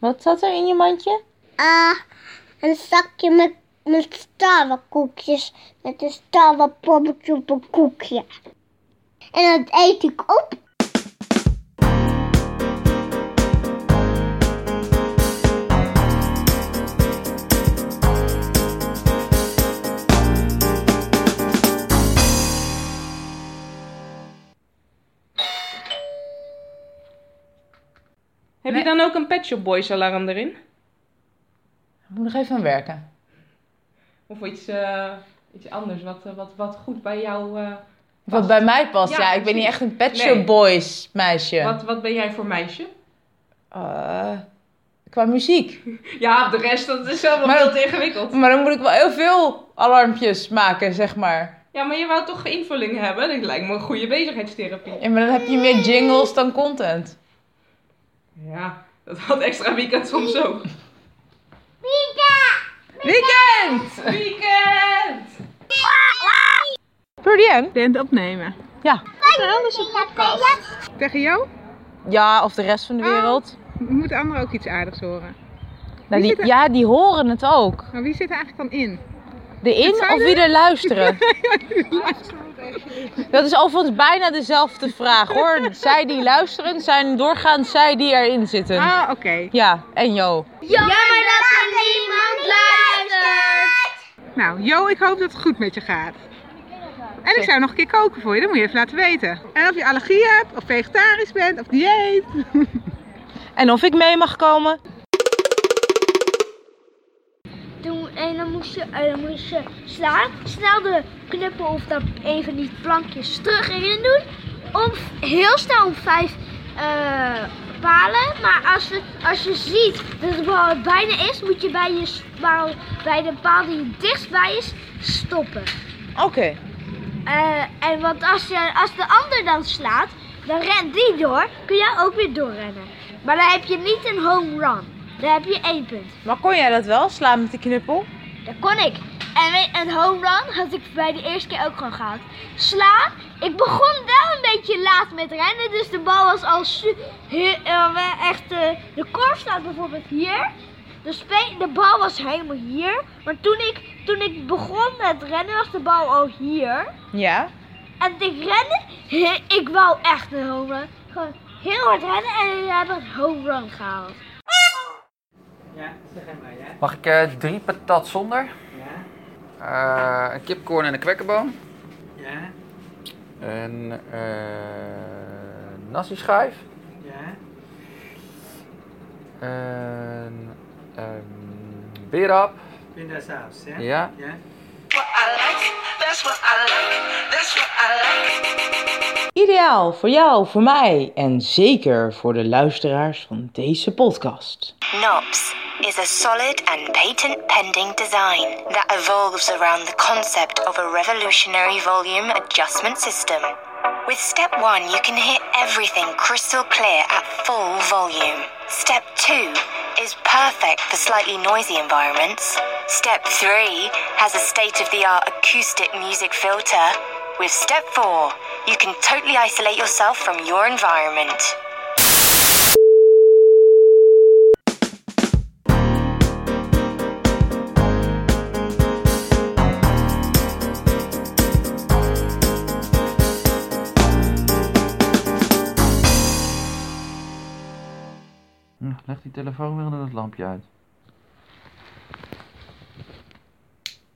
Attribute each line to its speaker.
Speaker 1: Wat zat er in je mandje?
Speaker 2: Ah, een zakje met, met starwekoekjes. Met een starwepoppetje op een koekje. En dat eet ik op.
Speaker 1: Heb
Speaker 3: Nee.
Speaker 1: je dan ook een Pet Shop Boys alarm erin?
Speaker 3: Moet nog even aan werken.
Speaker 1: Of iets, eh, iets anders wat, eh, wat, wat goed bij jou... eh,
Speaker 3: Wat bij mij past, ja.
Speaker 1: Ja,
Speaker 3: ik ben niet echt
Speaker 1: precies.
Speaker 3: een Pet
Speaker 1: Nee.
Speaker 3: Shop Boys meisje.
Speaker 1: wat, wat ben jij voor meisje?
Speaker 3: Eh, qua muziek.
Speaker 1: Ja, de rest dat is allemaal
Speaker 3: Maar
Speaker 1: heel
Speaker 3: dat-
Speaker 1: te ingewikkeld.
Speaker 3: Maar dan moet ik wel heel veel alarmpjes maken, zeg maar.
Speaker 1: Ja, maar je wou toch invulling hebben? Dat lijkt me een goede bezigheidstherapie.
Speaker 3: Ja, maar dan heb je meer jingles dan content.
Speaker 1: Ja, dat had extra weekend soms ook.
Speaker 3: Weekend!
Speaker 1: Weekend!
Speaker 3: Purdian?
Speaker 4: Dit opnemen.
Speaker 3: Ja.
Speaker 4: Tegen jou?
Speaker 3: Ja, of de rest van de wereld.
Speaker 4: Moeten anderen ook iets aardigs horen?
Speaker 3: Nou, die, ja, die horen het ook.
Speaker 4: Maar wie zit er eigenlijk dan in?
Speaker 3: De in
Speaker 4: Het zijn
Speaker 3: of wie er luisteren? Dat is overigens bijna dezelfde vraag hoor. Zij die luisteren zijn doorgaans zij die erin zitten.
Speaker 4: Ah, oké.
Speaker 3: Ja, en Jo.
Speaker 5: Jammer dat er niemand luistert.
Speaker 4: Nou, Jo, ik hoop dat het goed met je gaat. En ik zou nog een keer koken voor je, dat moet je even laten weten. En of je allergie hebt, of vegetarisch bent, of dieet.
Speaker 3: En of ik mee mag komen?
Speaker 5: Toen, en dan moest je, en dan moest je slaan. eh, Snel de knuppel of dat een van die plankjes terug erin doen. Om, heel snel om vijf eh, palen. Maar als, het, als je ziet dat de bal er bijna is, moet je bij, je s- paal, bij de paal die het dichtstbij is stoppen.
Speaker 3: Oké.
Speaker 5: Eh, en want als, je, als de ander dan slaat, dan rent die door, kun jij ook weer doorrennen. Maar dan heb je niet een home run. Dan heb je één punt.
Speaker 3: Maar kon jij dat wel slaan met de knuppel?
Speaker 5: Dat kon ik. En weet- een home run had ik bij de eerste keer ook gewoon gehaald. Slaan. Ik begon wel een beetje laat met rennen, dus de bal was al su- he- eh, we- echt. eh, de korf staat bijvoorbeeld hier. De, spe- de bal was helemaal hier. Maar toen ik, toen ik begon met rennen, was de bal al hier.
Speaker 3: Ja.
Speaker 5: En ik rende. He- Ik wou echt een home run. Gewoon heel hard rennen en we hebben een home run gehaald.
Speaker 6: Mag ik eh, drie patat zonder? Ja. een kipcorn en een kwekkenboom.
Speaker 7: Ja,
Speaker 6: Een eh nasi schijf.
Speaker 7: ja,
Speaker 6: Een ehm berap.
Speaker 7: pindasaus, hè?
Speaker 6: Ja.
Speaker 7: Ja.
Speaker 3: Ideaal voor jou, voor mij en zeker voor de luisteraars van deze podcast.
Speaker 8: Knops is a solid and patent pending design that evolves around the concept of a revolutionary volume adjustment system. With step one, you can hear everything crystal clear at full volume. Step two is perfect for slightly noisy environments. Step three has a state of the art acoustic music filter. With step four, you can totally isolate yourself from your environment.
Speaker 6: Leg die Hm, telefoon weer onder het lampje uit.